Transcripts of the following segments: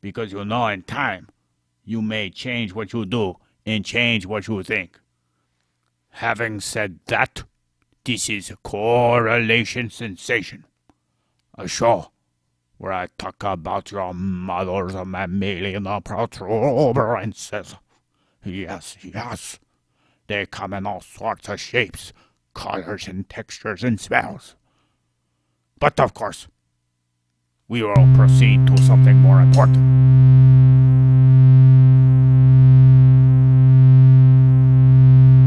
Because you know in time, you may change what you do and change what you think. Having said that, this is Correlation Sensation, a show where I talk about your mother's mammalian protuberances. Yes, yes. They come in all sorts of shapes, colors, and textures and smells. But of course, we will proceed to something more important.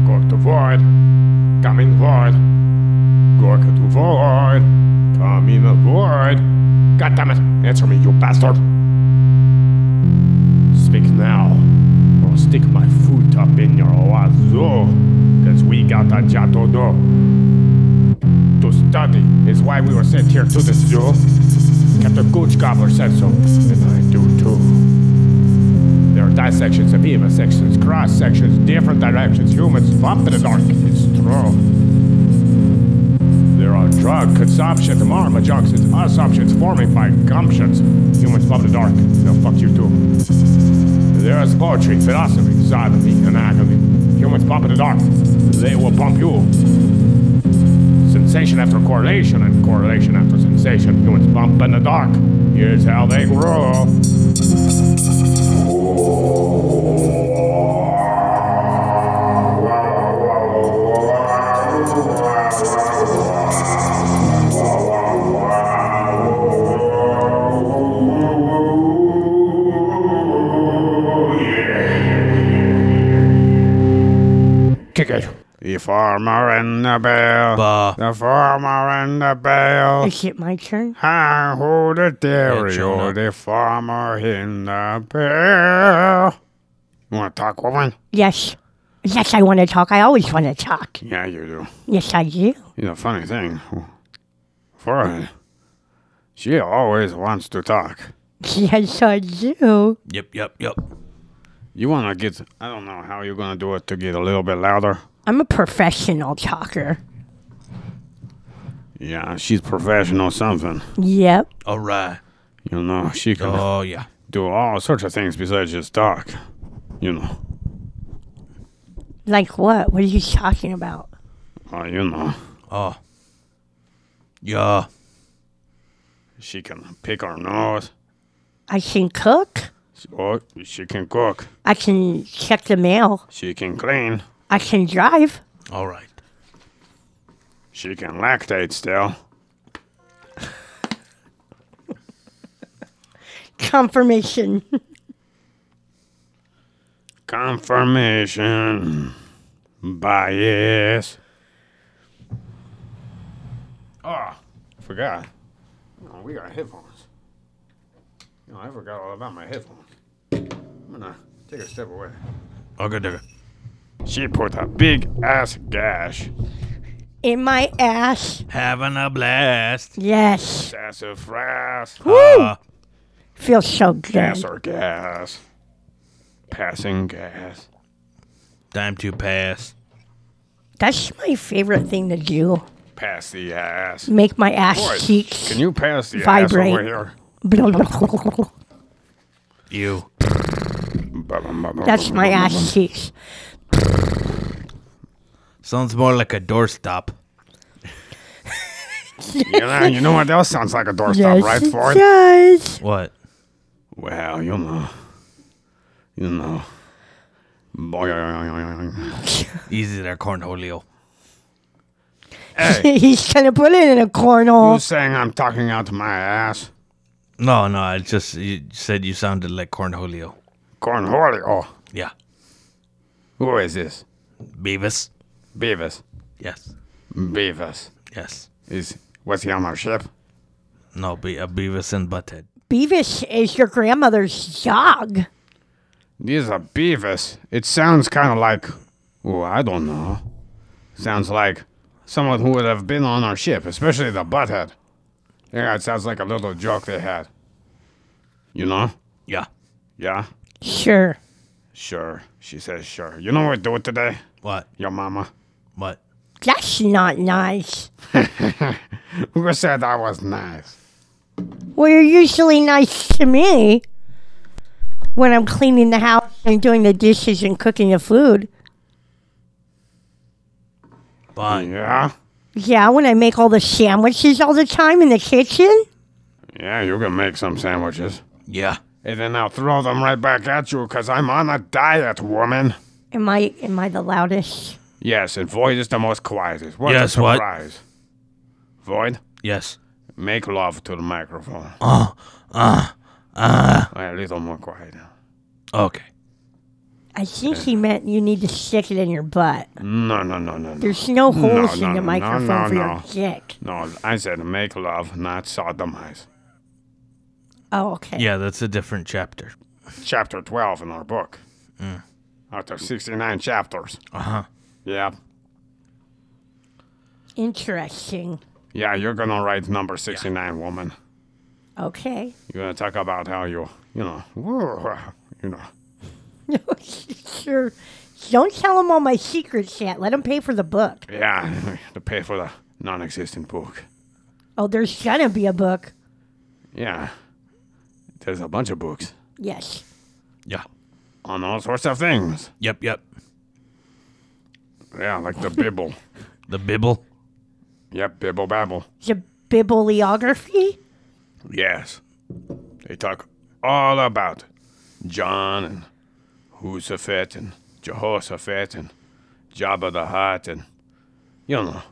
Går to void, come in void. Gorka to void, come in a void. God damn it, answer me, you bastard. Speak now, or stick my foot up in your wazoo, cause we got a job to do. To study is why we were sent here to this zoo. Captain Gooch Gobbler said so, and I do too. There are dissections, amoeba sections, cross sections, different directions. Humans bump in the dark. It's true. There are drug consumptions, marma junctions, assumptions forming by gumptions. Humans bump in the dark. No, fuck you too. There is poetry, philosophy, sodomy, and agony. Humans bump in the dark. They will bump you. Sensation after correlation and correlation after sensation. Humans bump in the dark. Here's how they grow. Kick it. The farmer and the bell. Bah. The farmer and the bell. Is it my turn? Ah, who the dairy Yeah, Jonah. or the farmer in the bell. You want to talk, woman? Yes. Yes, I want to talk. I always want to talk. Yeah, you do. Yes, I You do. know, funny thing. Foreign. She always wants to talk. Yes, I do. Yep, yep, yep. You want to get, I don't know how you're going to do it to get a little bit louder. I'm a professional talker. Yeah, she's professional something. Yep. All right. You know, she can Oh, yeah. do all sorts of things besides just talk. You know, Like what? What are you talking about? uh, you know. Oh. Yeah. She can pick her nose. I can cook. She- Oh, she can cook. I can check the mail. She can clean. I can drive. All right. She can lactate still. Confirmation. Confirmation bias. Oh, forgot. Oh, we got headphones. No, I forgot all about my headphones. I'm gonna take a step away. Okay, digga. She put a big ass gash. In my ass. Having a blast. Yes. Sassafras. Uh, Feels so good. Gas or gas. Passing gas. time to pass. That's my favorite thing to do. Pass the ass. Make my ass Boy, cheeks. Can you pass the Vibrate. ass over here? You. That's my ass cheeks. Sounds more like a doorstop. You know, you know what? That sounds like a doorstop, Yes, right, it Ford? does. What? Well, you know. You know. Boing. Easy there, Cornholio. Hey, He's gonna put it in a you cornhole. saying I'm talking out my ass? No, no, I just you said you sounded like Cornholio. Cornholio. Yeah. Who is this? Beavis? Beavis. Yes. Beavis. Yes. Is was he on our ship? No, be a Beavis and Butthead. Beavis is your grandmother's dog. These are beavers. It sounds kind of like, oh, I don't know. Sounds like someone who would have been on our ship, especially the butthead. Yeah, it sounds like a little joke they had. You know? Yeah. Yeah? Sure. Sure. She says sure. You know what we do today? What? Your mama. What? That's not nice. Who said I was nice? Well, you're usually nice to me when I'm cleaning the house and doing the dishes and cooking the food. Fine. Yeah? Yeah, when I make all the sandwiches all the time in the kitchen. Yeah, you can make some sandwiches. Yeah. And then I'll throw them right back at you because I'm on a diet, woman. Am I am I the loudest? Yes, and Void is the most quietest. What Yes, a what? surprise. Void, Yes. make love to the microphone. Uh-huh. Oh. Uh. Uh. A little more quiet. Okay. I think he meant you need to stick it in your butt. No, no, no, no, no. There's no holes no, in no, no, the microphone no, for no. your dick. No, I said make love, not sodomize. Oh, okay. Yeah, that's a different chapter. Chapter 12 in our book. Mm. Out of 69 chapters. Uh huh. Yeah. Interesting. Yeah, you're gonna write number 69, woman. Okay. You're gonna talk about how you, you know, you know. sure. Don't tell him all my secrets yet. Let him pay for the book. Yeah, to pay for the non existent book. Oh, there's gonna be a book. Yeah. There's a bunch of books Yes. Yeah. on all sorts of things. Yep, yep. Yeah, like the Bible. The Bibble. Yep, Bibble Babble. The bibliography? Yes. They talk all about John and Husaphat and Jehoshaphat and Jabba the Hutt and, you know.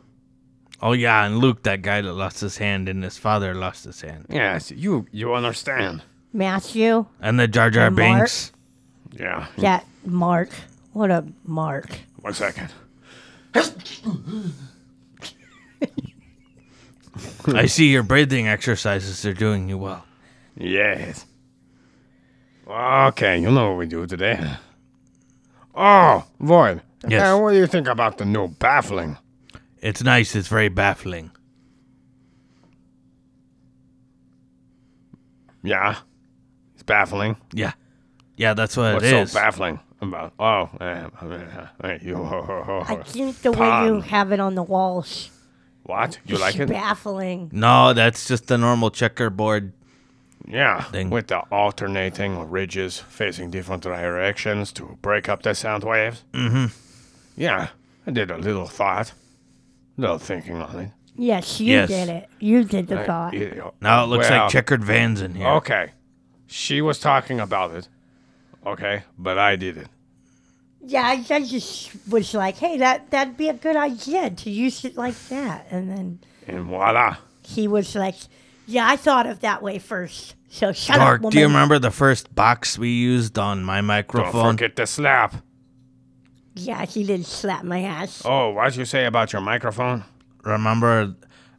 Oh yeah, and Luke, that guy that lost his hand, and his father lost his hand, Yes, you, you understand. Matthew? and the Jar Jar And Mark. Binks. Yeah. That Mark. What a Mark. One second. Hmm. I see your breathing exercises are doing you well. Yes. Okay, you know what we do today. Oh, Void. Yes. Uh, what do you think about the new baffling? It's nice. It's very baffling. Yeah. It's baffling. Yeah, yeah, that's what What's it is. so baffling about? Oh, uh, uh, uh, you. I think the way you Pond. have it on the walls. What? You is like it? Baffling. no, that's just the normal checkerboard. Yeah. Thing. With the alternating ridges facing different directions to break up the sound waves. Mm-hmm. Yeah. I did a little thought, little thinking on it. Yes, you Yes. did it. You did the thought. Yeah. Now it looks Well, like checkered vans in here. Okay. She was talking about it. Okay. But I did it. Yeah, I, I just was like, hey, that, that'd be a good idea to use it like that. And then And voila. he was like, yeah, I thought of that way first. So shut Mark, up, woman. do you remember the first box we used on my Don't microphone? forget the slap. Yeah, he did slap my ass. Oh, what'd you say about your microphone? Remember,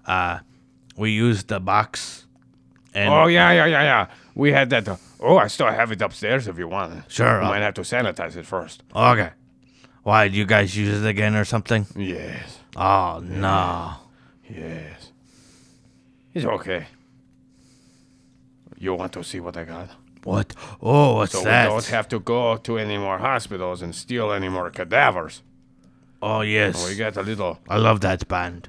uh, we used the box. And Oh yeah, yeah, yeah, yeah. We had that. uh, oh, I still have it upstairs if you want. it. Sure, uh, I I'll- might have to sanitize it first. Okay. Why, do you guys use it again or something? Yes, Oh, no. yes. It's okay. You want to see what I got? What? Oh, what's So that? we don't have to go to any more hospitals and steal any more cadavers. oh, yes. We got a little I love that band.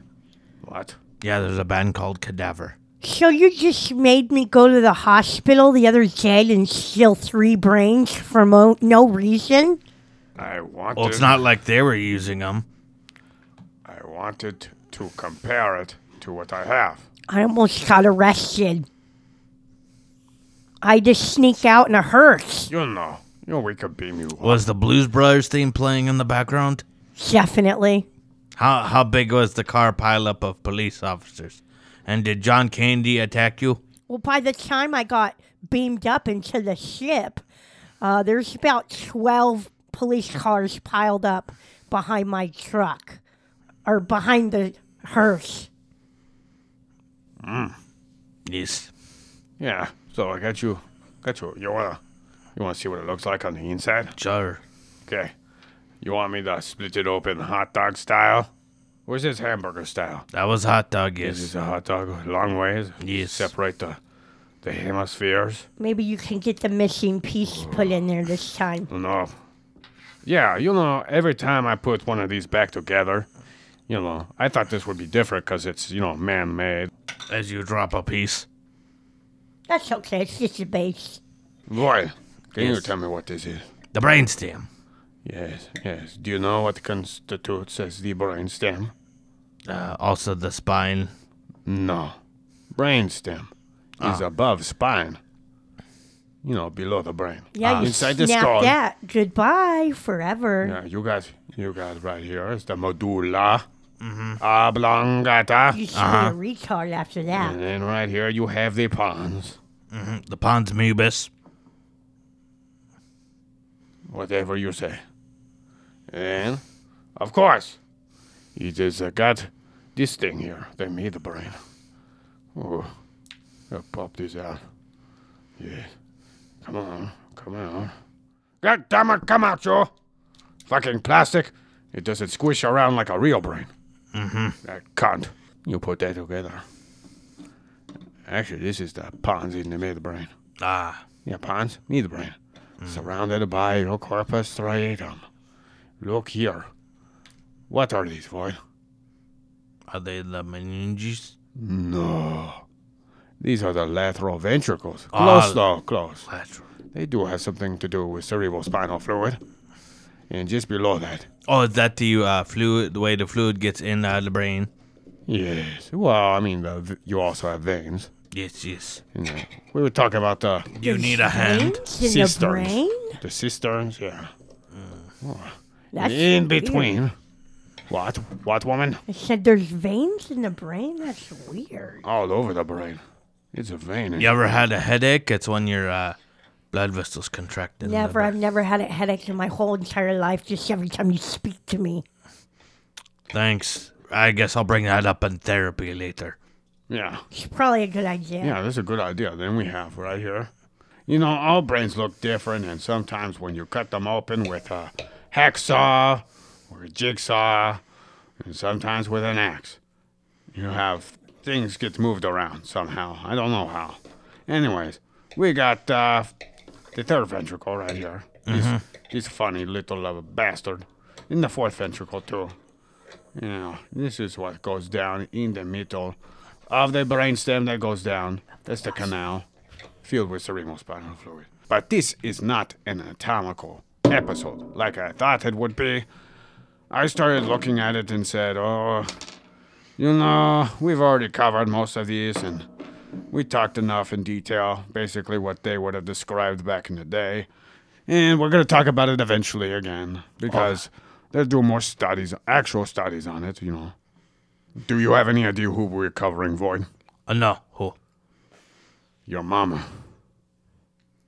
what? Yeah, there's a band called Cadaver. So you just made me go to the hospital the other day and steal three brains for mo- no reason? I wanted. Well, Oh, it's not like they were using them. I wanted to compare it to what I have. I almost got arrested. I just sneaked out in a hearse. You know, you know, we could beam you. up. Was the Blues Brothers theme playing in the background? Definitely. How how big was the car pileup of police officers? And did John Candy attack you? Well, by the time I got beamed up into the ship, uh, there's about 12 police cars piled up behind my truck or behind the hearse. Yes. Yeah, So I got you, got you. You wanna, you wanna see what it looks like on the inside? Sure. Okay. You want me to split it open hot dog style? Or is this hamburger style? That was hot dog, yes. Is this a hot dog? Long ways? Yes. Separate the, the hemispheres? Maybe you can get the missing piece put in there this time. No. Yeah, you know, every time I put one of these back together, you know, I thought this would be different because it's, you know, man made. As you drop a piece. That's okay. It's just a base. Boy, can you Yes. tell me what this is? The brainstem. Yes, yes. Do you know what constitutes as the brainstem? Uh, also the spine. No. Brainstem is above spine. You know, below the brain. Ah. Yeah, you Inside the snap skull. that. Goodbye forever. Yeah, you got you got right here is the medulla Mm-hmm. oblongata. You should be a retard after that. And then right here you have the pons. The pons mubus. Whatever you say. And of course, it is uh, got this thing here. They made the brain. Oh, I'll pop this out. Yeah. Come on. Come on. God damn it, come out, you! Fucking plastic. It doesn't squish around like a real brain. Mm-hmm. That cunt. You put that together. Actually, this is the pons in the middle brain. Ah. Yeah, pons, neither brain. Surrounded by your corpus striatum. Look here. What are these, boy? Are they the meninges? No. These are the lateral ventricles. Ah. Close, though, close. Lateral. They do have something to do with cerebrospinal fluid. And just below that. Oh, is that the uh, fluid, the way the fluid gets in uh, the brain? Yes. Well, I mean, the, v- you also have veins. Yes, yes. You know. We were talking about the, You need a hand. Veins in the Cisterns. brain? the cisterns, yeah. That's in weird. between. What? What, woman? I said there's veins in the brain? That's weird. All over the brain. It's a vein. in You ever had a headache? It's when your uh, blood vessels contract. in the Never. back. I've never had a headache in my whole entire life. Just every time you speak to me. Thanks. I guess I'll bring that up in therapy later. Yeah. It's probably a good idea. Yeah, that's a good idea. Then we have right here. You know, all brains look different, and sometimes when you cut them open with a hacksaw or a jigsaw, and sometimes with an axe, you have things get moved around somehow. I don't know how. Anyways, we got uh, the third ventricle right here. This, this funny little uh, bastard. In the fourth ventricle, too. You know, this is what goes down in the middle of the brainstem that goes down. That's the canal filled with cerebrospinal fluid. But this is not an anatomical episode like I thought it would be. I started looking at it and said, oh, you know, we've already covered most of these and we talked enough in detail, basically what they would have described back in the day. And we're going to talk about it eventually again because they're doing more studies, actual studies on it, you know. Do you have any idea who we're covering, Void? Uh, no. Who? Your mama.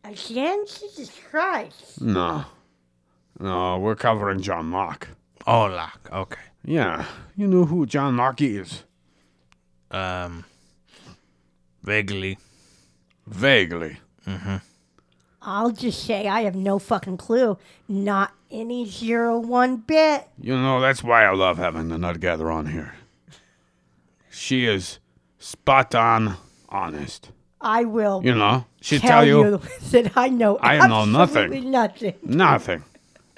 Again? Jesus Christ. No. No, we're covering John Locke. Oh, Locke. Okay. Yeah, you know who John Locke is. Um, vaguely. Vaguely. I'll just say I have no fucking clue. Not any zero one bit. You know, that's why I love having the Nutgather on here. She is spot on honest. I will You know, she tell, tell, you, you that I know I know nothing. absolutely nothing. nothing.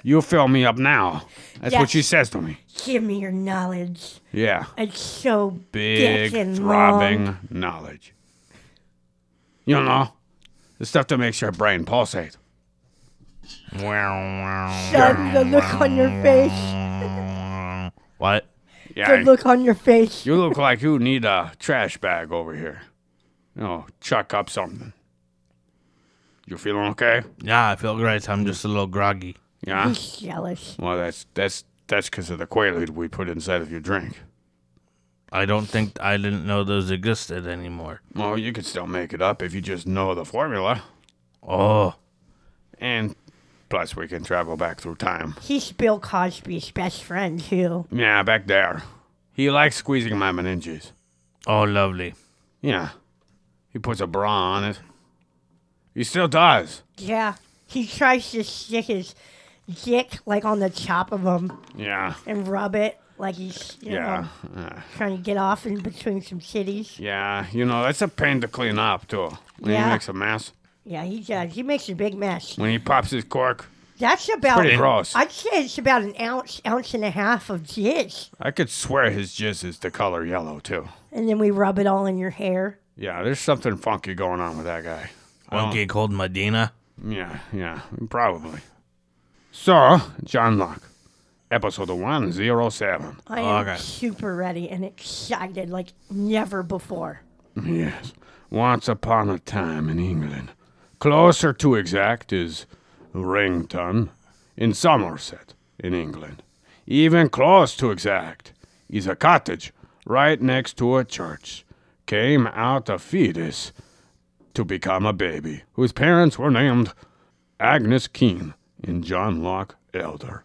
You fill me up now. That's what Yes. she says to me. Give me your knowledge. Yeah. It's so big thick and throbbing long. knowledge. You know, the stuff that makes your brain pulsate. Son, the look on your face. What? Yeah, The look on your face. you look like you need a trash bag over here. You know, chuck up something. You feeling okay? Yeah, I feel great. I'm just a little groggy. Yeah. He's jealous. Well, that's that's that's because of the Quaalude we put inside of your drink. I don't think I didn't know those existed anymore. Well, you could still make it up if you just know the formula. Oh, And plus, we can travel back through time. He's Bill Cosby's best friend too. Yeah, back there. He likes squeezing my meninges. oh, lovely. Yeah. He puts a bra on it. He still does. Yeah. He tries to stick his dick like on the top of him Yeah. and rub it like he's you Yeah. know, trying to get off in between some cities. Yeah. You know, that's a pain to clean up, too. When Yeah. he makes a mess, Yeah, he does. He makes a big mess. when he pops his cork, That's about pretty gross. I'd say it's about an ounce, ounce and a half of jizz. I could swear his jizz is the color yellow, too. And then we rub it all in your hair. Yeah, there's something funky going on with that guy. Won't get cold Medina. Yeah, yeah, probably. So, John Locke, episode 107. I am Okay. super ready and excited like never before. Yes. Once upon a time in England. Closer to exact is Rington in Somerset, in England. Even close to exact is a cottage right next to a church. Came out a fetus to become a baby, whose parents were named Agnes Keene and John Locke Elder.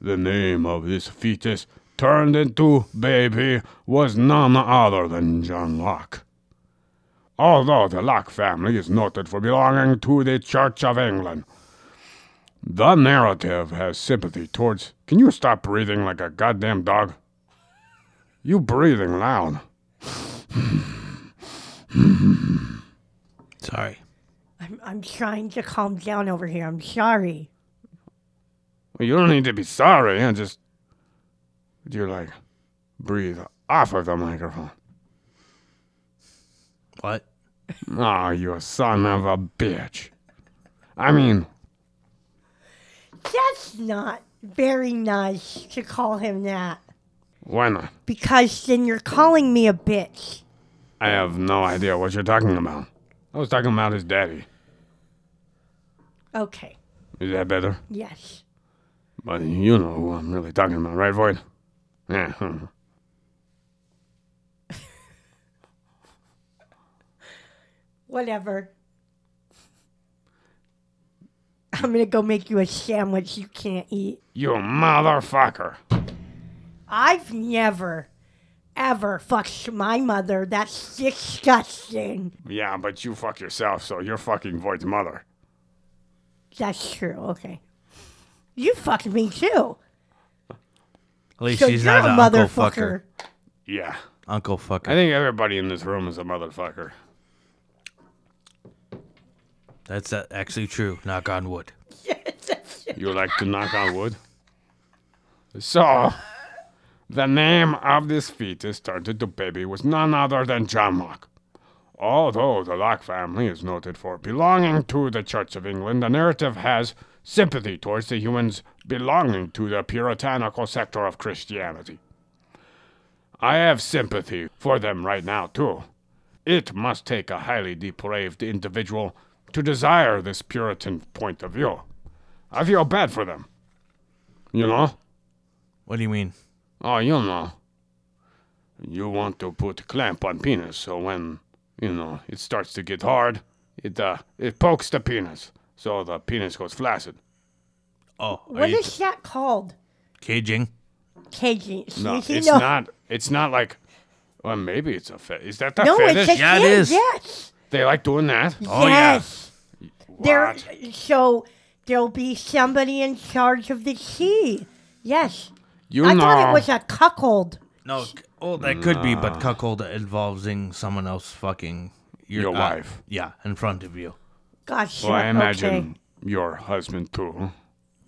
The name of this fetus turned into baby was none other than John Locke. Although the Locke family is noted for belonging to the Church of England, the narrative has sympathy towards. Can you stop breathing like a goddamn dog? You breathing loud. Sorry. I'm, I'm trying to calm down over here. I'm sorry. Well, you don't need to be sorry. And just you like breathe off of the microphone. What? Oh, you son of a bitch. I mean, That's not very nice to call him that why not? because then you're calling me a bitch. I have no idea what you're talking about. I was talking about his daddy. Okay. Is that better? Yes. But you know who I'm really talking about, right, Void? Yeah. hmm. huh. Whatever. I'm gonna go make you a sandwich you can't eat. You motherfucker. I've never, ever fucked my mother. That's disgusting. Yeah, but you fuck yourself, so you're fucking Void's mother. That's true. Okay. You fucked me too. At least So she's you're not a an uncle fucker. motherfucker. Yeah. Uncle I fucker. think everybody in this room is a motherfucker. That's uh, actually true. Knock on wood. You like to knock on wood? So, the name of this fetus turned into baby was none other than John Locke. Although the Locke family is noted for belonging to the Church of England, the narrative has sympathy towards the humans belonging to the puritanical sector of Christianity. I have sympathy for them right now, too. It must take a highly depraved individual to desire this Puritan point of view. I feel bad for them. You know? What do you mean? Oh, you know. You want to put clamp on penis, so when you know it starts to get hard, it uh, it pokes the penis, so the penis goes flaccid. Oh, are What you is that called? caging? Caging. No, You it's know- not. It's not like. Well, maybe it's a fe- is that the No, fetish? it's a Yeah, it kid, is. Yes. they like doing that. Oh, yeah. yes. There. What? So there'll be somebody in charge of the key. Yes. You I know. thought it was a cuckold. No. c- Oh, that could be, but cuckold involving someone else fucking your, Your uh, wife. Yeah, in front of you. Gosh. well, I imagine Okay. your husband too.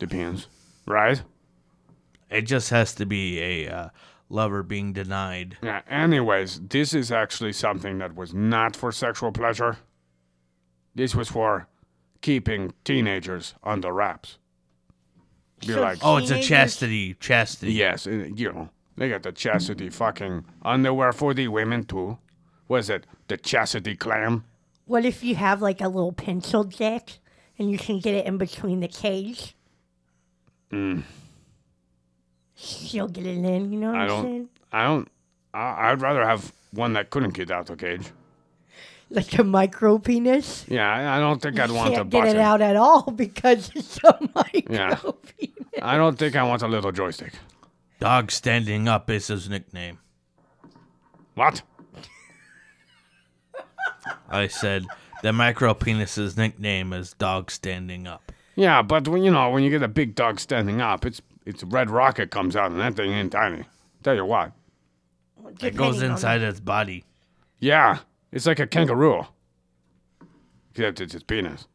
Depends, right? It just has to be a uh, lover being denied. Yeah, anyways, this is actually something that was not for sexual pleasure. This was for keeping teenagers under wraps. Be So like, Oh, it's a Teenagers- chastity, chastity. yes, uh, you know, they got the chastity fucking underwear for the women too. Was it the chastity clam? What if you have like a little pencil dick and you can get it in between the cage? She'll get it in, you know what Mm. I am don't, saying? I don't, I, I'd rather have one that couldn't get out the cage. Like a micro penis. Yeah, I, I don't think I'd You want a can't get it button. out at all because it's a micro Yeah. penis. I don't think I want a little joystick. Dog standing up is his nickname. What? I said The micro penis's nickname is dog standing up. Yeah, but when you know when you get a big dog standing up, it's it's red rocket comes out and that thing ain't tiny. Tell you what. It goes Depending on- inside its body. Yeah, it's like a kangaroo. Except it's its penis.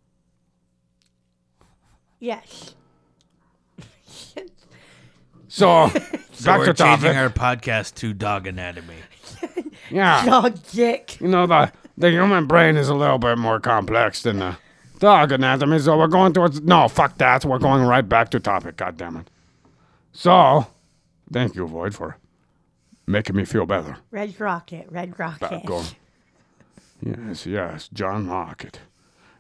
Yes. So, So back we're to changing topic. our podcast to dog anatomy. yeah, Dog dick. you know the the human brain is a little bit more complex than the dog anatomy. So we're going towards no fuck that. We're going right back to topic. God damn it. So, thank you, Void, for making me feel better. Red rocket. Red rocket. Back on. Yes, yes, John Lockett.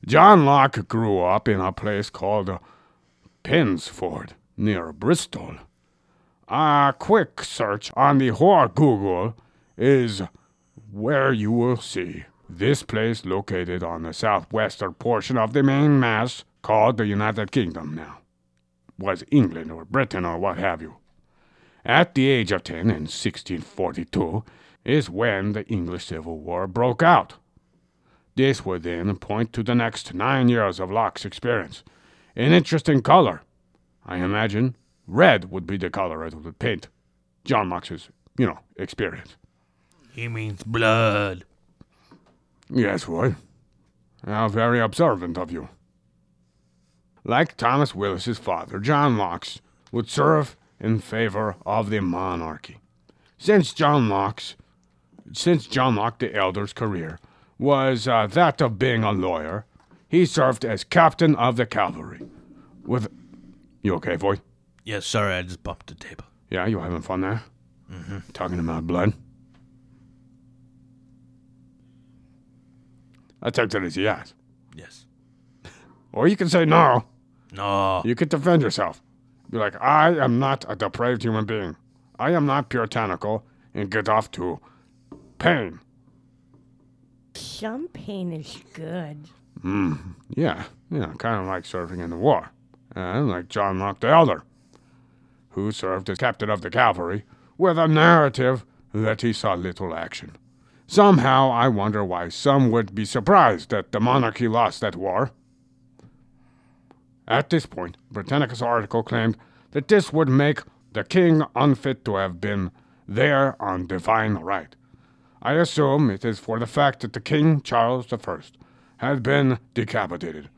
John Locke grew up in a place called uh, Pensford, near Bristol. A quick search on the whore Google is where you will see this place located on the southwestern portion of the main mass called the United Kingdom now. Was England or Britain or what have you. At the age of 10 in 1642 is when the English Civil War broke out. This would then point to the next nine years of Locke's experience. An interesting color. I imagine red would be the color it would paint John Locke's, you know, experience. He means blood. Yes, Roy. How very observant of you. Like Thomas Willis's father, John Knox would serve in favor of the monarchy. Since John Knox, since John Locke the Elder's career was uh, that of being a lawyer, he served as captain of the cavalry. With you okay, boy? Yeah, sorry, I just bumped the table. Yeah, you having fun there? Talking about blood. I take that as a yes. Yes. Or you can say no. No. You could defend yourself. Be like, I am not a depraved human being. I am not puritanical and get off to pain. Some pain is good. Yeah, yeah, kind of like serving in the war. And like John Locke the Elder, who served as captain of the cavalry with a narrative that he saw little action. Somehow, I wonder why some would be surprised that the monarchy lost that war. At this point, Britannica's article claimed that this would make the king unfit to have been there on divine right. I assume it is for the fact that the King Charles I had been decapitated,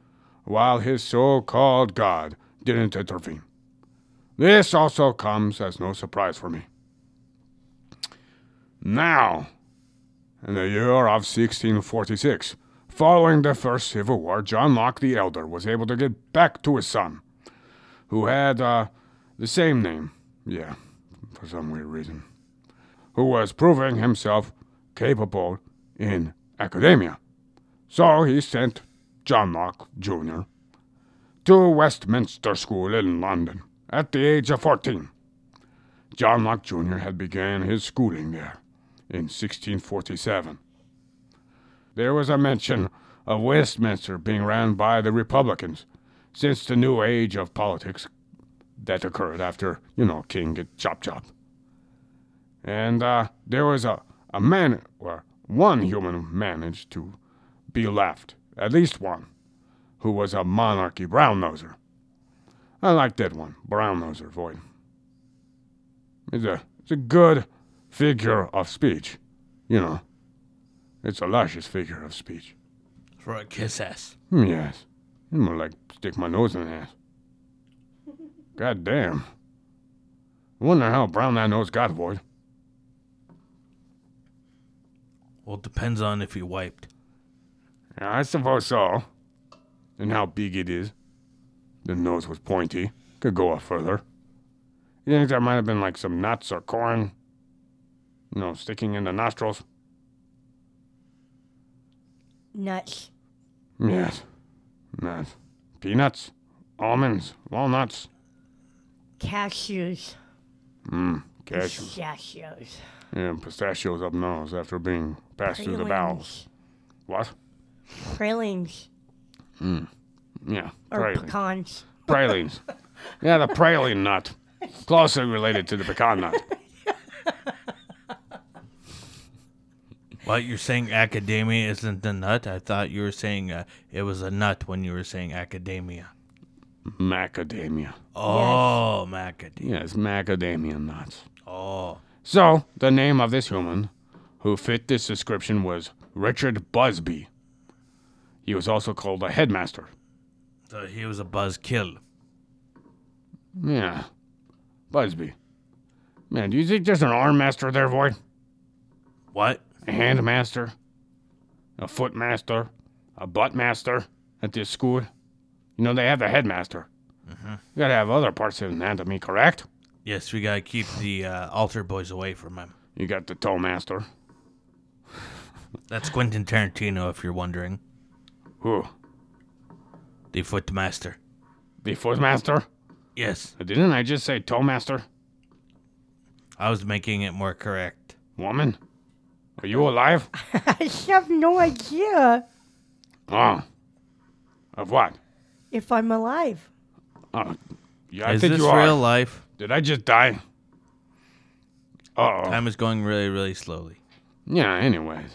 while his so called God didn't intervene. This also comes as no surprise for me. Now, in the year of 1646, following the First Civil War, John Locke the Elder was able to get back to his son, who had uh, the same name. Yeah, for some weird reason who was proving himself capable in academia. So he sent John Locke Jr. to Westminster School in London at the age of 14. John Locke Jr. had began his schooling there in 1647. There was a mention of Westminster being ran by the Republicans since the new age of politics that occurred after, you know, King get chop chopped and uh, there was a, a man, or one human managed to be left, at least one, who was a monarchy brown noser. I like that one, brown noser, Void. It's a, it's a good figure of speech, you know. It's a luscious figure of speech. For a kiss ass. Hmm, Yes. I'm gonna like stick my nose in the ass. God damn. I wonder how brown that nose got, Void. Well, it depends on if you wiped. Yeah, I suppose so. And how big it is. The nose was pointy. Could go up further. You think there might have been like some nuts or corn? You know, sticking in the nostrils? Nuts. Yes. Nuts. Peanuts? Almonds? Walnuts? Cashews. Cashews. Pistachios. Yeah, pistachios up nose after being passed through the bowels. Pralines. What? Pralines. Yeah. Or Praline. pecans. Pralines. Yeah, the praline nut. Closely related to the pecan nut. But you're saying academia isn't a nut? I thought you were saying uh, it was a nut when you were saying academia. Macadamia. Oh, macadamia. Yes, macadamia nuts. Oh. So, the name of this human who fit this description was Richard Busby. He was also called a headmaster. So he was a buzzkill. Yeah. Busby. Man, do you think there's an arm master there, Void? What? A hand master? A foot master? A butt master at this school? You know, they have the headmaster. You gotta have other parts of anatomy, correct? Yes, we gotta keep the uh, altar boys away from him. You got the toe master. That's Quentin Tarantino, if you're wondering. Who? The foot master. The foot master? Yes, Didn't I just say toe master? I was making it more correct. Woman? Are you alive? I have no idea Oh. Of what? if I'm alive. Oh. Yeah, I Is think this you are. real life? Did I just die? Uh oh. Time is going really, really slowly. Yeah, anyways.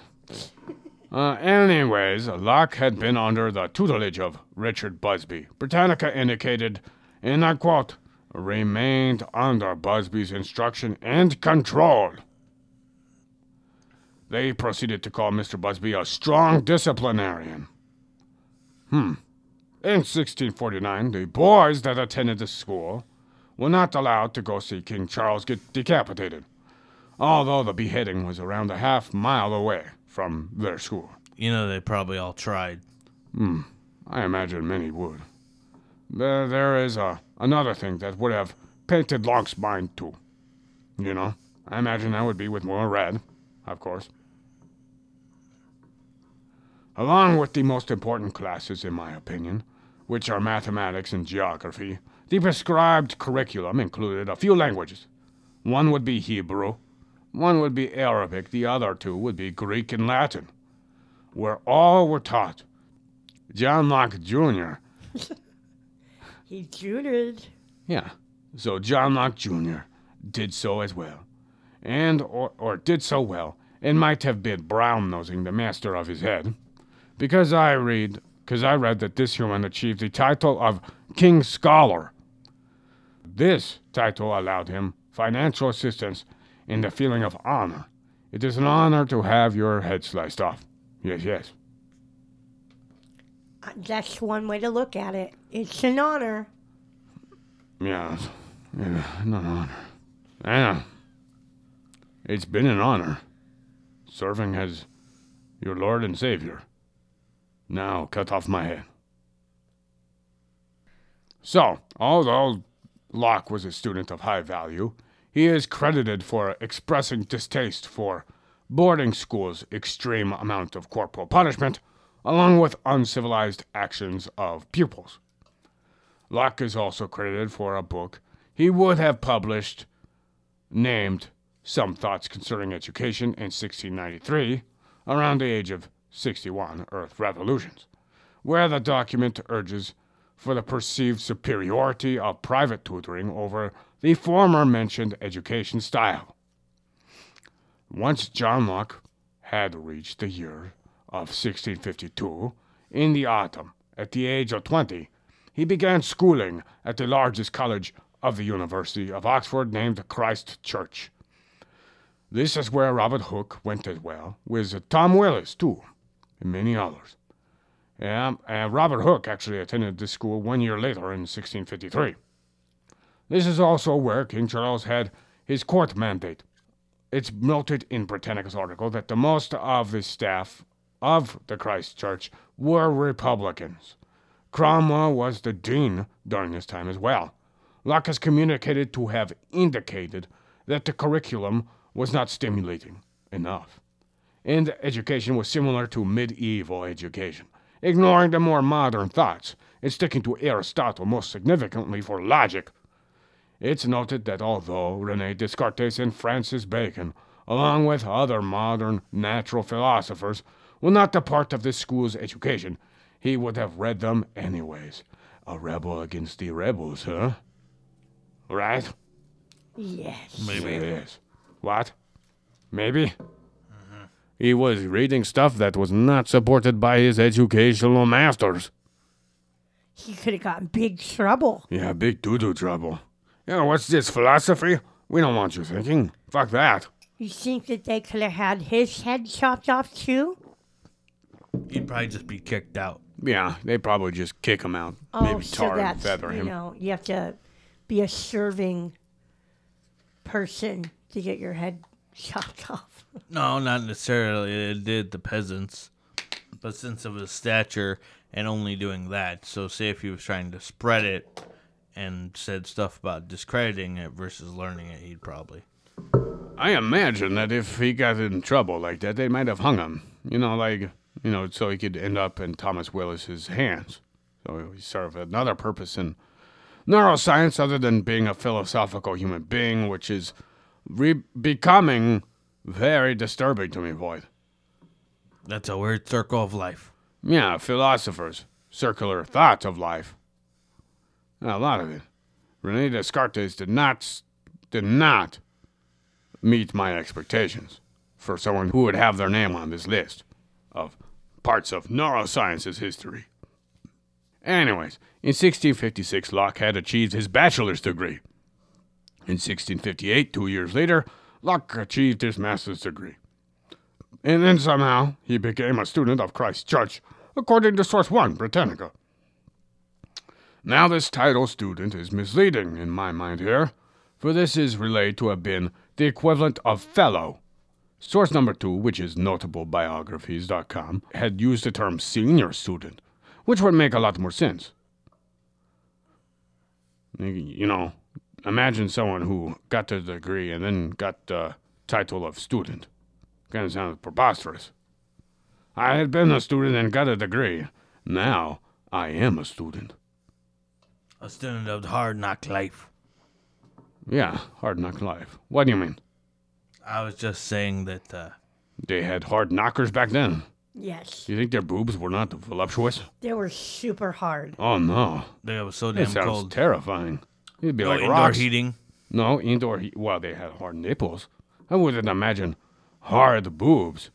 Uh, anyways, Locke had been under the tutelage of Richard Busby. Britannica indicated, and I quote, remained under Busby's instruction and control. They proceeded to call Mr. Busby a strong disciplinarian. Hmm. In 1649, the boys that attended the school were not allowed to go see King Charles get decapitated although the beheading was around a half mile away from their school. You know, they probably all tried. I imagine many would. There, there is uh, another thing that would have painted Locke's mind too. You know, I imagine that would be with more red, of course. Along with the most important classes, in my opinion, which are mathematics and geography, the prescribed curriculum included a few languages. One would be Hebrew, one would be Arabic, the other two would be Greek and Latin, where all were taught John Locke Jr. He juniors. Yeah. So John Locke Jr. did so as well. And, or, or did so well, and might have been brown nosing the master of his head. Because I read, because I read that this human achieved the title of King Scholar. This title allowed him financial assistance and the feeling of honor. It is an honor to have your head sliced off. Yes, yes. Uh, That's one way to look at it. It's an honor. Yeah, yeah, not an honor. I know. It's been an honor serving as your Lord and Savior. Now cut off my head. So, although Locke was a student of high value, he is credited for expressing distaste for boarding schools' extreme amount of corporal punishment, along with uncivilized actions of pupils. Locke is also credited for a book he would have published named Some Thoughts Concerning Education in 1693, around the age of 61, Earth Revolutions, where the document urges for the perceived superiority of private tutoring over the former mentioned education style. Once John Locke had reached the year of 1652, in the autumn, at the age of 20, he began schooling at the largest college of the University of Oxford named Christ Church. This is where Robert Hooke went as well, with Tom Willis, too, and many others. Um, and Robert Hooke actually attended this school one year later in 1653. This is also where King Charles had his court mandate it's noted in Britannica's article that the most of the staff of the Christ Church were Republicans. Cromwell was the dean during this time as well. Locke is communicated to have indicated that the curriculum was not stimulating enough, and education was similar to medieval education, ignoring the more modern thoughts and sticking to Aristotle most significantly for logic. It's noted that although Rene Descartes and Francis Bacon, along with other modern natural philosophers, were not a part of this school's education, he would have read them anyways. A rebel against the rebels, huh? Right? Yes. Maybe. Yes. What? Maybe? Mm-hmm. He was reading stuff that was not supported by his educational masters. He could have got in big trouble. Yeah, big doo doo trouble. Yeah, what's this philosophy? We don't want you thinking. Fuck that. You think that they could have had his head chopped off too? He'd probably just be kicked out. Yeah, they probably just kick him out. Oh, Maybe so tar and that's feather you him. know you have to be a serving person to get your head chopped off. No, not necessarily. It did the peasants. But since of his stature and only doing that, so say if he was trying to spread it and said stuff about discrediting it versus learning it, he'd probably. I imagine that if he got in trouble like that, they might have hung him. You know, like, you know, so he could end up in Thomas Willis's hands. So he served another purpose in neuroscience other than being a philosophical human being, which is re- becoming very disturbing to me, Void. That's a weird circle of life. Yeah, philosophers, circular thought of life. A lot of it. Rene Descartes did not s- did not meet my expectations for someone who would have their name on this list of parts of neuroscience's history. Anyways, in 1656, Locke had achieved his bachelor's degree. In 1658, two years later, Locke achieved his master's degree. And then somehow he became a student of Christ's Church, according to Source 1, Britannica. Now, this title student is misleading in my mind here, for this is relayed to have been the equivalent of fellow. Source number two, which is notablebiographies.com, had used the term senior student, which would make a lot more sense. Y- You know, imagine someone who got the degree and then got the title of student. Kind of sounds preposterous. I had been a student and got a degree. Now I am a student. A student of the hard knock life. Yeah, hard knock life. What do you mean? I was just saying that uh, They had hard knockers back then. Yes, Do you think their boobs were not voluptuous? they were super hard. Oh no, they was so it damn sounds cold. terrifying. It'd be No like indoor rocks. heating. No indoor heat. Well, they had hard nipples. I wouldn't imagine hard boobs.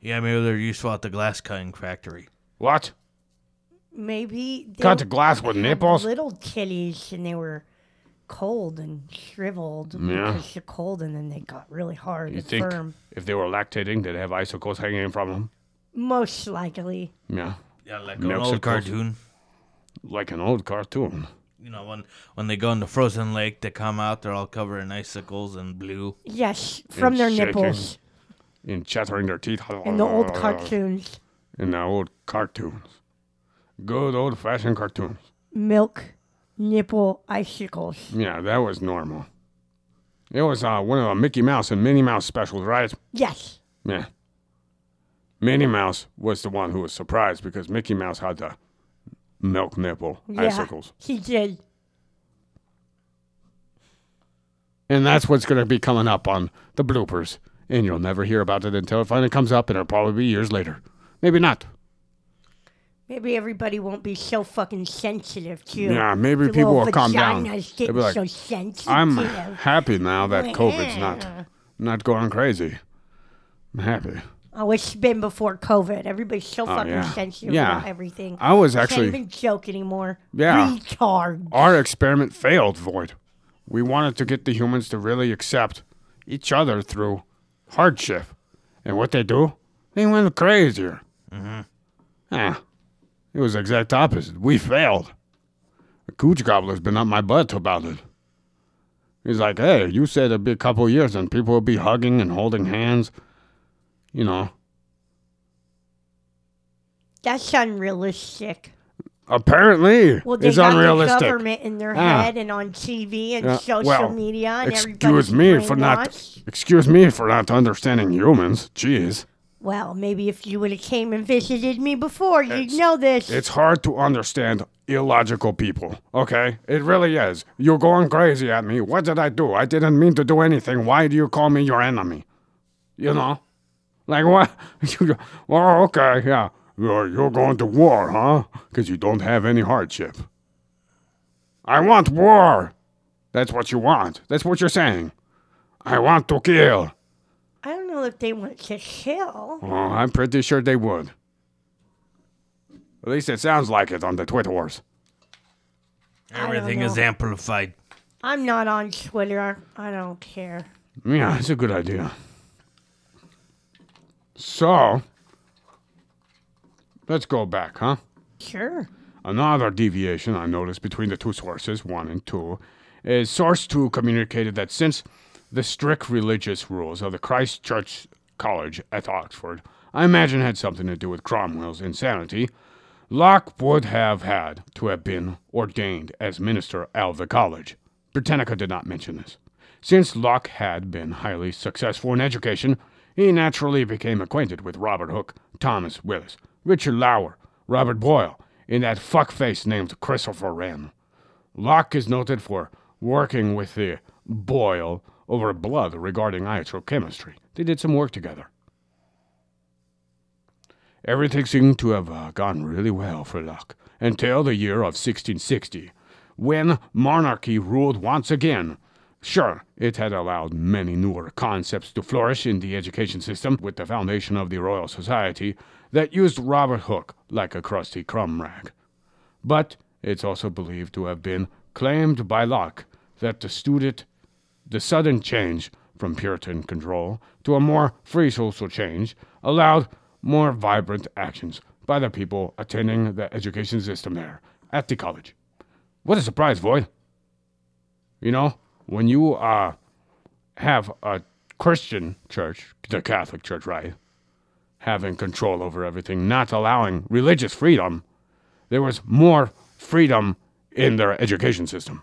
Yeah, maybe they're useful at the glass cutting factory. What? Maybe they Cut the glass with had nipples? Little titties, and they were cold and shriveled Yeah. because they're cold, and then they got really hard You and think firm. if they were lactating, they'd have icicles hanging from them? Most likely, Yeah, Yeah, like an Milksicles. old cartoon. like an old cartoon. You know, when when they go in the frozen lake, they come out, they're all covered in icicles and blue. yes, from And their shaking. nipples in chattering their teeth. and the old cartoons, In the old cartoons. Good old fashioned cartoons. milk nipple icicles. Yeah, that was normal. It was uh, one of the Mickey Mouse and Minnie Mouse specials, right? Yes, Yeah. Minnie Mouse was the one who was surprised because Mickey Mouse had the milk nipple yeah, icicles. he did. And that's what's going to be coming up on the bloopers. And you'll never hear about it until it finally comes up, and it'll probably be years later. Maybe not. Maybe everybody won't be so fucking sensitive to Yeah, maybe the people little will calm down. vaginas They'll be Getting like, so sensitive. I'm happy now that COVID's not not going crazy. I'm happy. oh, it's been before COVID. Everybody's so fucking Oh, yeah. sensitive Yeah. about everything. I was can't actually even joke anymore. Yeah. retard. our experiment failed, Void. We wanted to get the humans to really accept each other through hardship, and what they do, they went crazier. Mm-hmm. Ah, it was the exact opposite. We failed. The cooch gobbler's been up my butt about it. He's like, "Hey, you said it'd be a couple years, and people will be hugging and holding hands." You know, That's unrealistic. Apparently, Well, they it's got the unrealistic. government in their Yeah. head and on TV and Yeah, social well, media and Excuse everybody's me for not. brainwashed. Excuse me for not understanding humans. Jeez, Well, maybe if you would have came and visited me before, you'd know this. it's hard to understand illogical people. Okay, it really is. You're going crazy at me. What did I do? I didn't mean to do anything. Why do you call me your enemy? You know, like what? You- well, okay, yeah. You're, you're going to war, huh? Because you don't have any hardship. I want war. That's what you want. That's what you're saying. I want to kill. I don't know if they want to kill. Oh, I'm pretty sure they would. At least it sounds like it on the Twitter wars. don't Everything is know. amplified. I'm not on Twitter. I don't care. Yeah, it's a good idea. So, let's go back, huh? Sure. Another deviation I noticed between the two sources, one and two, is source two communicated that since the strict religious rules of the Christ Church College at Oxford, I imagine had something to do with Cromwell's insanity, Locke would have had to have been ordained as minister of the college. Britannica did not mention this. Since Locke had been highly successful in education, he naturally became acquainted with Robert Hooke, Thomas Willis, Richard Lauer, Robert Boyle, and that fuckface named Christopher Wren. Locke is noted for working with the Boyle over blood regarding iatrochemistry. They did some work together. Everything seemed to have uh, gone really well for Locke until the year of 1660, when monarchy ruled once again. Sure, it had allowed many newer concepts to flourish in the education system with the foundation of the Royal Society that used Robert Hooke like a crusty crumb rag. But it's also believed to have been claimed by Locke that the student the sudden change from Puritan control to a more free social change allowed more vibrant actions by the people attending the education system there at the college. What a surprise, Void! You know, when you uh, have a Christian church, the Catholic Church, right, having control over everything, not allowing religious freedom, there was more freedom in their education system.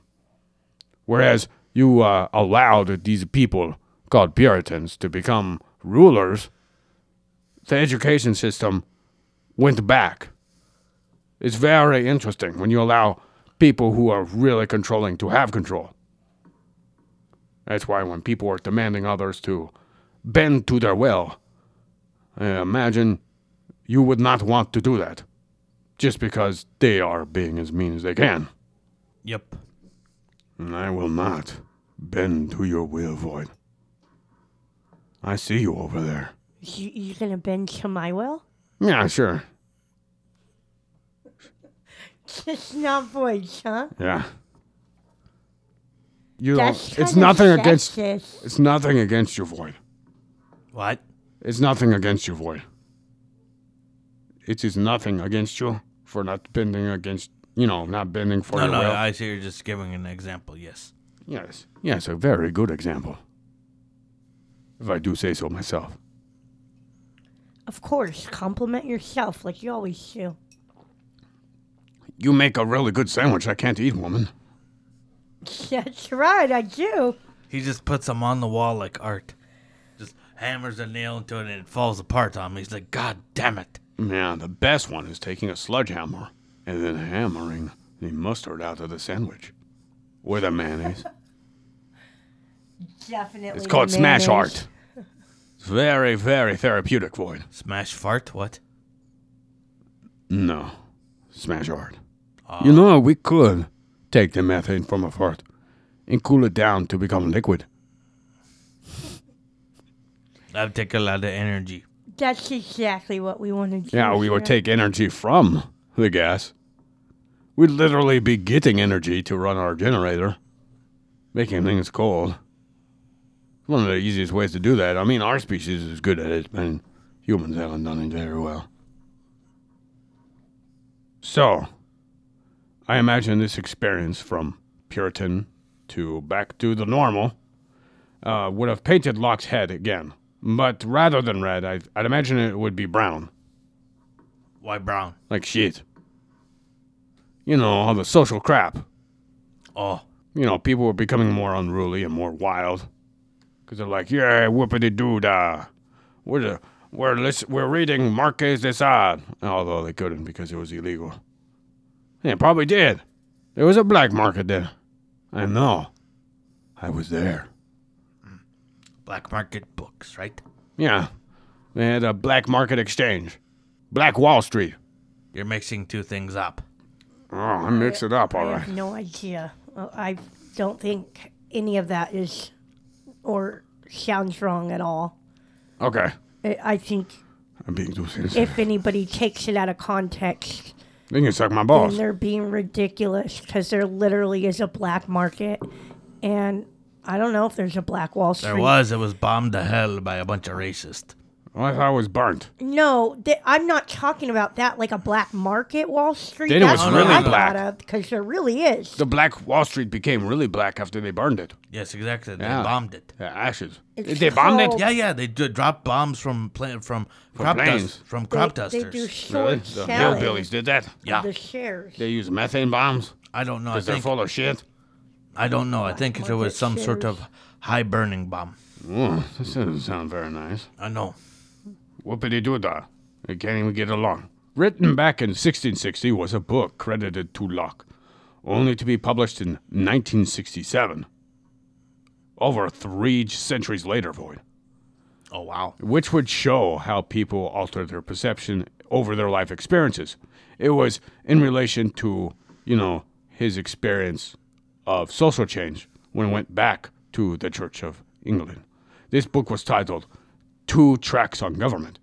Whereas you uh, allowed these people called Puritans to become rulers, the education system went back. It's very interesting when you allow people who are really controlling to have control. That's why when people are demanding others to bend to their will, I imagine you would not want to do that just because they are being as mean as they can. Yep. And I will not bend to your will, Void. I see you over there. You, you gonna bend to my will? Yeah, sure. Just not voice, huh? Yeah. You That's don't, it's kinda nothing against sexist. it's nothing against your void. What? It's nothing against your void. It is nothing against you for not bending against you know, not bending for No, your no. will. I see you're just giving an example. Yes. Yes. Yes, a very good example. If I do say so myself. Of course, compliment yourself like you always do. You make a really good sandwich I can't eat, woman. That's right, I do. He just puts them on the wall like art. Just hammers a nail into it and it falls apart on me. He's like, God damn it. Now, the best one is taking a sledgehammer and then hammering the mustard out of the sandwich with a mayonnaise. Definitely. It's called smash mayonnaise. art. It's very, very therapeutic, Void. Smash fart? What? No, smash art. you know, we could take the methane from a fart and cool it down to become liquid. That'd take a lot of energy. That's exactly what we want to do. Yeah, we here. would take energy from the gas. We'd literally be getting energy to run our generator, making things cold. One of the easiest ways to do that. I mean, our species is good at it, and humans haven't done it very well. So, I imagine this experience from Puritan to back to the normal uh, would have painted Locke's head again. But rather than red, I, I'd imagine it would be brown Why brown? like shit. You know, all the social crap. Oh, You know, people were becoming more unruly and more wild. Because they're like, yeah, whoopity doo dah. We're, the, we're, lis- we're reading Marques de Sade. Although they couldn't because it was illegal. They probably did. There was a black market there. I know. I was there. black market books, right? Yeah. They had a black market exchange. Black Wall Street. You're mixing two things up. Oh, I mixed it up, all I right. have no idea. Uh, I don't think any of that is or sounds wrong at all. Okay. I I think I'm being too sensitive. if anybody takes it out of context, Then you suck my and balls. they're being ridiculous because there literally is a black market, and I don't know if there's a black Wall Street. There was. It was bombed to hell by a bunch of racists. Well, I thought it was burnt. No, th- I'm not talking about that like a black market Wall Street. Then it That's was what really I black. thought of because there really is. The Black Wall Street became really black after they burned it. Yes, exactly. They Yeah. bombed it. Yeah, ashes. It's they bombed called- it? Yeah, yeah. They d- dropped bombs from pla- from crop planes. dust, from crop they, dusters. they do short Really? The selling hillbillies did that? yeah, of the shares. They use methane bombs I don't know. I because they're think full of shit. I don't know. I think there was market some sort shares. of high burning bomb. Oh, this doesn't sound very nice. I know. Whoopity doo dah. They can't even get along. Written back in 1660 was a book credited to Locke, only to be published in 1967. Over three centuries later, Void. Oh wow. which would show how people alter their perception over their life experiences. It was in relation to, you know, his experience of social change when he went back to the Church of England. This book was titled Two Tracks on Government,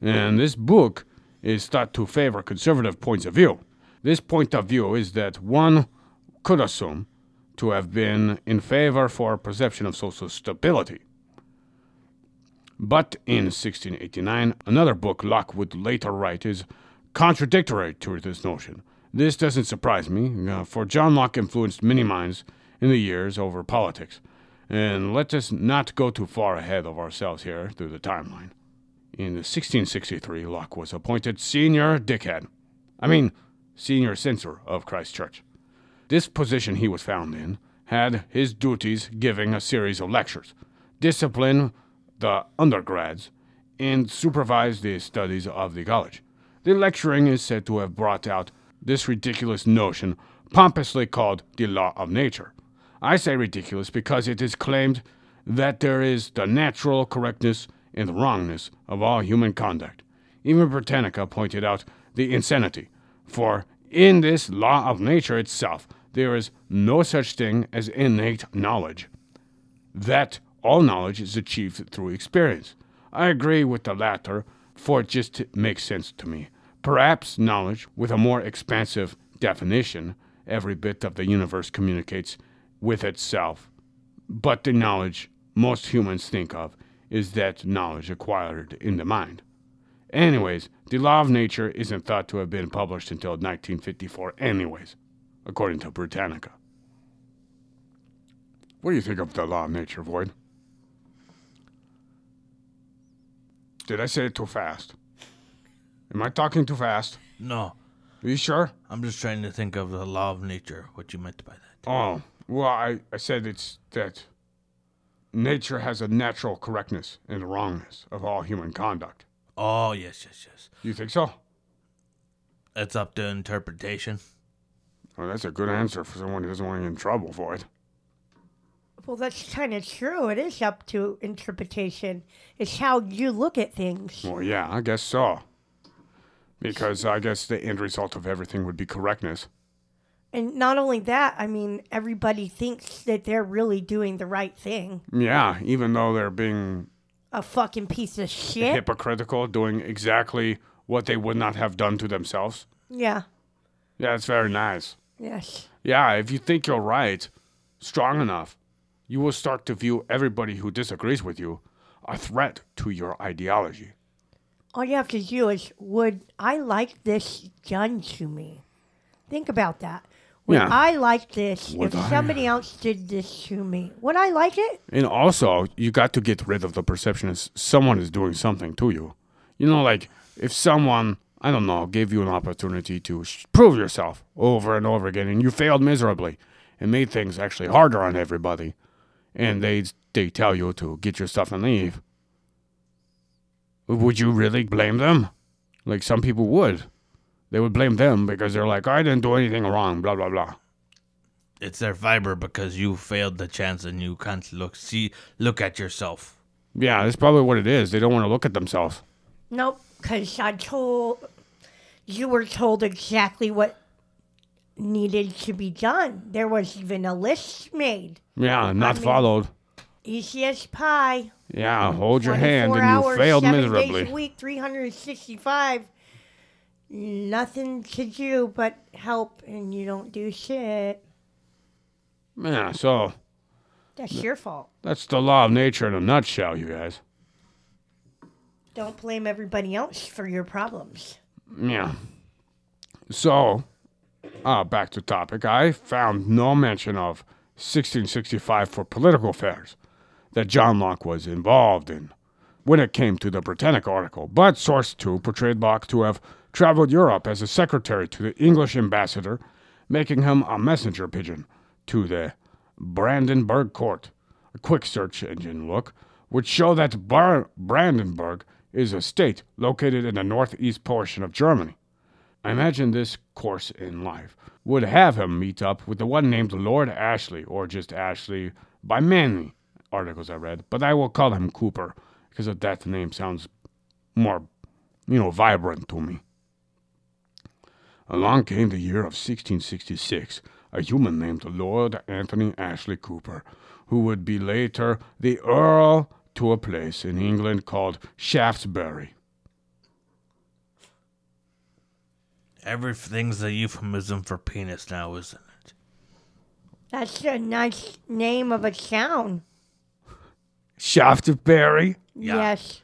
and this book is thought to favor conservative points of view. This point of view is that one could assume to have been in favor for a perception of social stability. But in 1689, another book Locke would later write is contradictory to this notion. This doesn't surprise me, uh, for John Locke influenced many minds in the years over politics. And let us not go too far ahead of ourselves here through the timeline. In 1663, Locke was appointed senior dickhead. I mean, senior censor of Christ Church. This position he was found in had his duties giving a series of lectures, discipline the undergrads, and supervise the studies of the college. The lecturing is said to have brought out this ridiculous notion, pompously called the law of nature. I say ridiculous because it is claimed that there is the natural correctness and wrongness of all human conduct. Even Britannica pointed out the insanity, for in this law of nature itself, there is no such thing as innate knowledge. That all knowledge is achieved through experience. I agree with the latter, for it just makes sense to me. Perhaps knowledge, with a more expansive definition, every bit of the universe communicates with itself. But the knowledge most humans think of is that knowledge acquired in the mind. Anyways, the law of nature isn't thought to have been published until 1954, anyways, according to Britannica. What do you think of the law of nature, Void? Did I say it too fast? Am I talking too fast? No, Are you sure? I'm just trying to think of the law of nature. What you meant by that? Oh, well, I, I said it's that nature has a natural correctness and wrongness of all human conduct. Oh yes, yes, yes. You think so? That's up to interpretation. Well, that's a good answer for someone who doesn't want to get in trouble, Void. Well, that's kind of true. It is up to interpretation. It's how you look at things. Well, yeah, I guess so. Because I guess the end result of everything would be correctness. And not only that, I mean, everybody thinks that they're really doing the right thing. Yeah, even though they're being A fucking piece of shit. hypocritical, doing exactly what they would not have done to themselves. Yeah. Yeah, it's very nice. Yes. Yeah, if you think you're right, strong enough, you will start to view everybody who disagrees with you a threat to your ideology. All you have to do is, would I like this done to me? Think about that. Would Yeah. I like this if Would I? somebody else did this to me? Would I like it? And also, you got to get rid of the perception that someone is doing something to you. You know, like if someone, I don't know, gave you an opportunity to sh- prove yourself over and over again and you failed miserably and made things actually harder on everybody, and they, they tell you to get your stuff and leave, would you really blame them? Like some people would. They would blame them because they're like, I didn't do anything wrong, blah, blah, blah. It's their fiber because you failed the chance and you can't look see look at yourself. Yeah, that's probably what it is. They don't want to look at themselves. Nope, because I told you were told exactly what needed to be done. There was even a list made. Yeah, not mean- followed. Easiest pie. Yeah, hold your hand 24 and you hours, failed seven Days a miserably. week, 365. Nothing to do but help, and you don't do shit. Yeah, so That's your fault. that's the law of nature in a nutshell, you guys. Don't blame everybody else for your problems. Yeah. So, uh, back to topic. I found no mention of 1665 for political affairs that John Locke was involved in when it came to the Britannic article, but Source 2 portrayed Locke to have traveled Europe as a secretary to the English ambassador, making him a messenger pigeon to the Brandenburg court. A quick search engine look would show that Bar- Brandenburg is a state located in the northeast portion of Germany. I imagine this course in life would have him meet up with the one named Lord Ashley, or just Ashley by Manly articles I read, but I will call him Cooper because that name sounds more, you know, vibrant to me. Along came the year of 1666, a human named Lord Anthony Ashley Cooper, who would be later the Earl to a place in England called Shaftesbury. Everything's a euphemism for penis now, isn't it? That's a nice name of a town. Shaftesbury? Yes.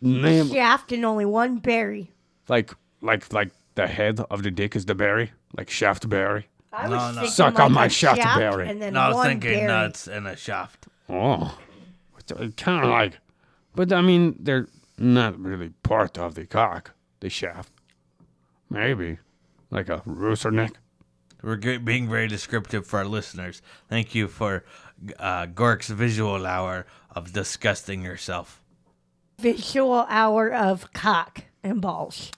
Name Shaft and only one berry. like like like the head of the dick is the berry, like Shaftesbury. I No, was no. thinking Suck like on my a shaft shaftberry. and then No, I was one thinking berry. nuts and a shaft. Oh, kind of like, but I mean they're not really part of the cock, the shaft. Maybe like a rooster neck. We're g- being very descriptive for our listeners. Thank you for uh, Gork's visual hour of disgusting yourself. Visual hour of cock and balls.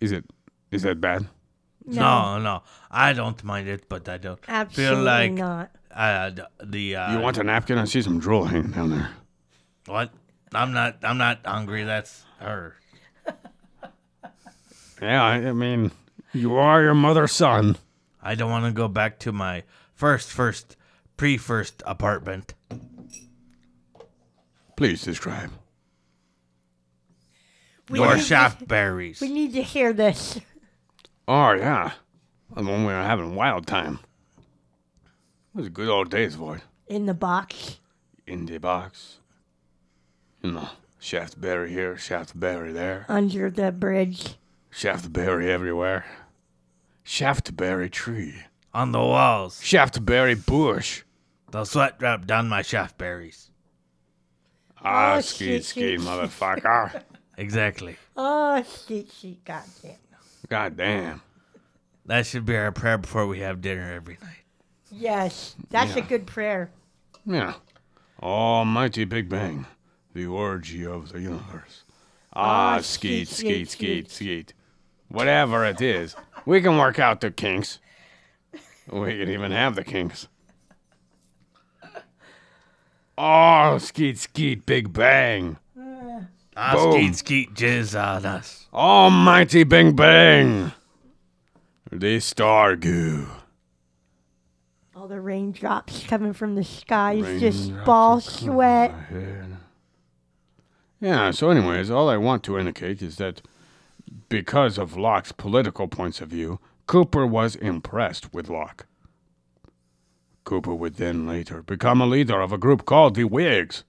Is it? Is that bad? No, no, I don't mind it, but I don't Absolutely feel like not. Uh, d- the uh, You want a napkin? I see some drool hanging down there. what? I'm not. I'm not hungry. That's her. Yeah, I, I mean, you are your mother's son. I don't want to go back to my first, first, pre-first apartment. Please describe. We Your need to- shaft berries. We need to hear this. Oh yeah, when we were having wild time. It was good old days, Void. in the box. in the box. You know, Shaftesbury here, Shaftesbury there, under the bridge. Shaftesbury everywhere. Shaftesbury tree, On the walls, Shaftesbury bush. the sweat drop down my shaft berries. Ah, Oh, ski, shit, ski, shit, shit. motherfucker. Exactly. Oh, shit, she got it. God damn. That should be our prayer before we have dinner every night. Yes, that's a good prayer. Yeah. Almighty Big Bang, the orgy of the universe. Ah, Ah, skeet, skeet, skeet, skeet, skeet, skeet. Whatever it is, we can work out the kinks. We can even have the kinks. Oh, skeet, skeet, Big Bang. Ah, Boom. skeet skeet jizz on us. Almighty Big Bang. The star goo. All the raindrops coming from the sky is just Raindrops ball sweat. Yeah, so, anyways, all I want to indicate is that because of Locke's political points of view, Cooper was impressed with Locke. Cooper would then later become a leader of a group called the Whigs.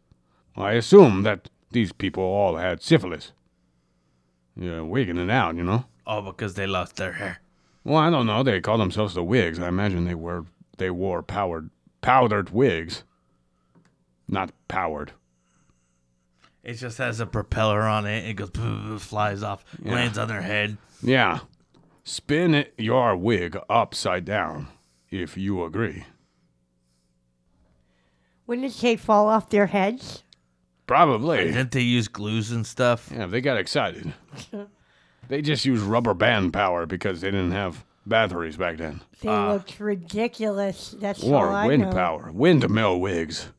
I assume that these people all had syphilis. Yeah, wigging it out, you know? Oh, because they lost their hair. Well, I don't know. They call themselves the Whigs. I imagine they were they wore powered powdered wigs. Not powered. It just has a propeller on it. It goes, flies off, lands on their head. Yeah. Spin it, your wig upside down, if you agree. Wouldn't it say fall off their heads? Probably. Didn't they use glues and stuff? Yeah, they got excited. They just used rubber band power because they didn't have batteries back then. They looked ridiculous. That's all Or Oh, I Ah. wind know. power. Windmill wigs.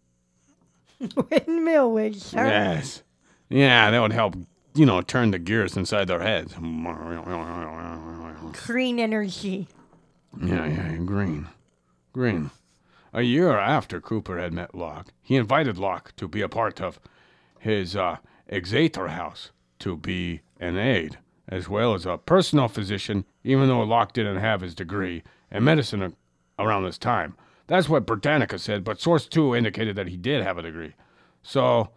Windmill would sir. Yes. Yeah, that would help, you know, turn the gears inside their heads. Yeah, Green energy. yeah, green. Green. A year after Cooper had met Locke, he invited Locke to be a part of his uh, Exeter house to be an aide, as well as a personal physician, even though Locke didn't have his degree in medicine a- around this time. That's what Britannica said, but Source 2 indicated that he did have a degree. So,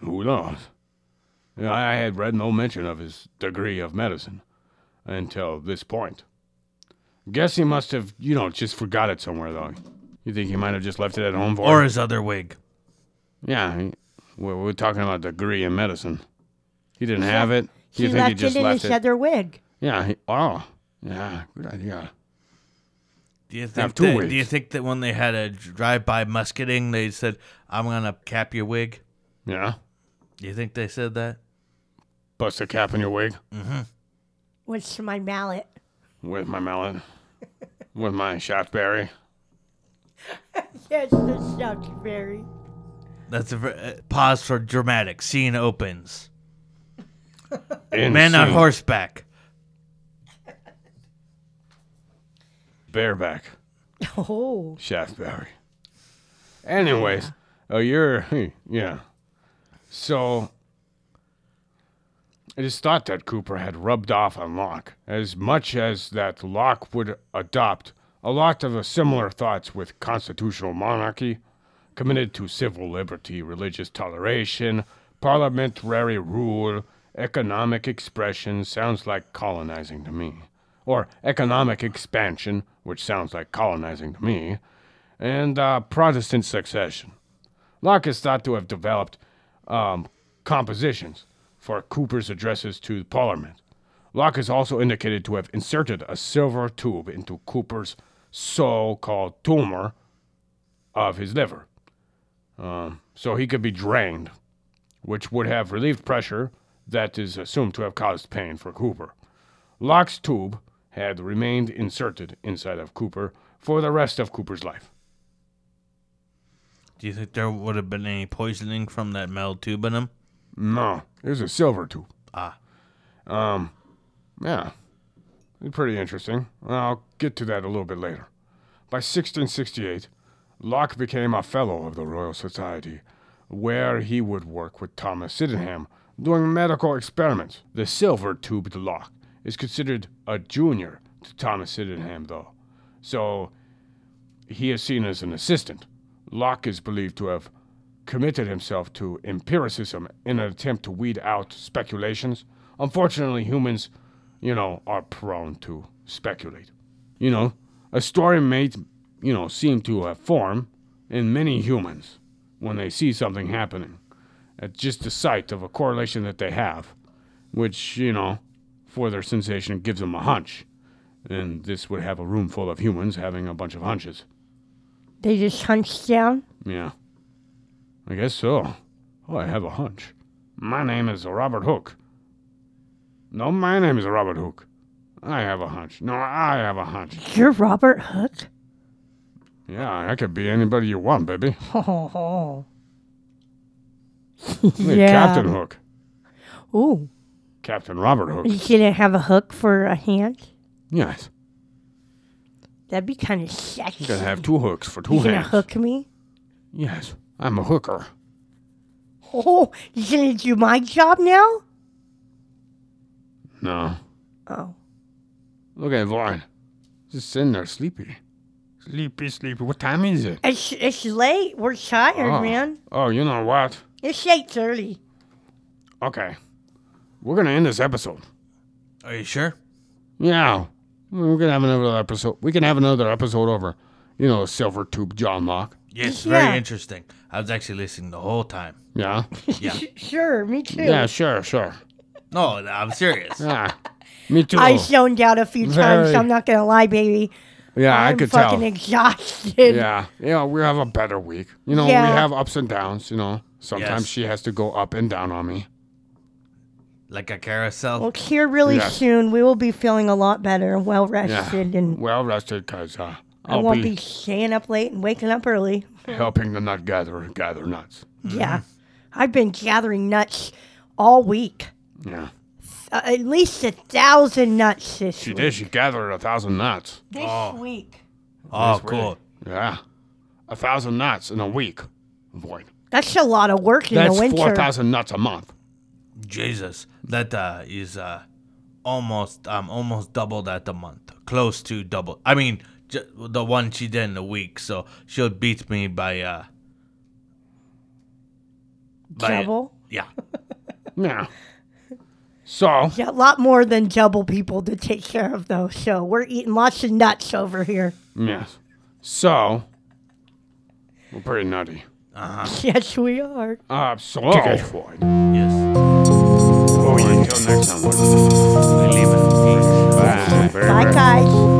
who knows? You know, I had read no mention of his degree of medicine until this point. Guess he must have, you know, just forgot it somewhere, though. You think he might have just left it at home for Or him? his other wig. Yeah, he- we're, we're talking about degree in medicine. He didn't have it. He you think left he just it in left his it? other wig. yeah. He, oh, yeah. Good idea. Do you Have think two that, wigs. do you think that when they had a drive-by musketing, they said, "I'm gonna cap your wig"? Yeah. Do you think they said that? Bust a cap in your wig What's my mallet? with my mallet, with my shaftberry. Yes, the Shaftesbury. That's a ver- uh, pause for dramatic. Scene opens. Oh, In Man on suit, horseback. bareback. Oh, Shaftesbury. Anyways, oh, you're yeah. So it is thought that Cooper had rubbed off on Locke, as much as that Locke would adopt a lot of the similar thoughts with constitutional monarchy, committed to civil liberty, religious toleration, parliamentary rule, economic expression sounds like colonizing to me, or economic expansion, which sounds like colonizing to me, and uh, Protestant succession. Locke is thought to have developed um, compositions for Cooper's addresses to Parliament. Locke is also indicated to have inserted a silver tube into Cooper's so called tumor of his liver, um, so he could be drained, which would have relieved pressure that is assumed to have caused pain for Cooper. Locke's tube had remained inserted inside of Cooper for the rest of Cooper's life. Do you think there would have been any poisoning from that metal tube in him? No, it was a silver tube. Ah. Um, yeah, It's pretty interesting. I'll get to that a little bit later. By 1668, Locke became a fellow of the Royal Society, where he would work with Thomas Sydenham doing medical experiments. The silver tubed Locke is considered a junior to Thomas Sydenham, though, so he is seen as an assistant. Locke is believed to have committed himself to empiricism in an attempt to weed out speculations. Unfortunately, humans, you know, are prone to speculate. You know, a story may, you know, seem to have form in many humans when they see something happening at just the sight of a correlation that they have, which, you know, for their sensation gives them a hunch. And this would have a room full of humans having a bunch of hunches. they just hunched down. Yeah. I guess so. Oh, I have a hunch. My name is Robert Hook. No, my name is Robert Hook. I have a hunch. No, I have a hunch. You're Robert Hook. Yeah, I could be anybody you want, baby. Oh, Look at yeah. Captain Hook. Ooh, Captain Robert Hook. you didn't have a hook for a hand. Yes. That'd be kind of sexy. You gotta have two hooks for two you gonna hands. hook me? Yes. I'm a hooker. Oh, you gonna do my job now? No. Oh, Look at Vaughn. Just sitting there sleepy. Sleepy, sleepy. What time is it? it's it's late. We're tired, oh. man. Oh, you know what? It's eight thirty. Okay. We're gonna end this episode. Are you sure? Yeah. We can have another episode. We can have another episode over, you know, Silver Tube John Locke. Yes, Yeah. very interesting. I was actually listening the whole time. Yeah. Yeah. Sure, me too. Yeah, sure, sure. No, I'm serious. Yeah. Me too. I zoned out a few times. Very. I'm not gonna lie, baby. yeah, i I'm could fucking tell. exhausted. yeah. Yeah, we have a better week. You know, Yeah. we have ups and downs, you know. Sometimes Yes. she has to go up and down on me. Like a carousel. Well, here really Yeah. soon, we will be feeling a lot better and well Yeah. rested, and Well rested cuz uh, I I'll won't be, be staying up late and waking up early. helping the nut gatherer gather nuts. Yeah. I've been gathering nuts all week. Yeah. Uh, at least a thousand nuts this She week. did. She gathered a thousand nuts. This week. Oh, That's weird. cool. Yeah. a thousand knots in a week. Void. That's a lot of work in That's the winter. four thousand knots a month. Jesus, that uh, is uh, almost um, almost double that a month, close to double. I mean, j- the one she did in a week, so she'll beat me by uh, by- Double? Yeah, Yeah. So Yeah, a lot more than double people to take care of, though. So we're eating lots of nuts over here. yes. So we're pretty nutty. Yes, we are. Uh, so Void. yes. Oh, yeah. Until next time. Void. Bye. Bye, guys.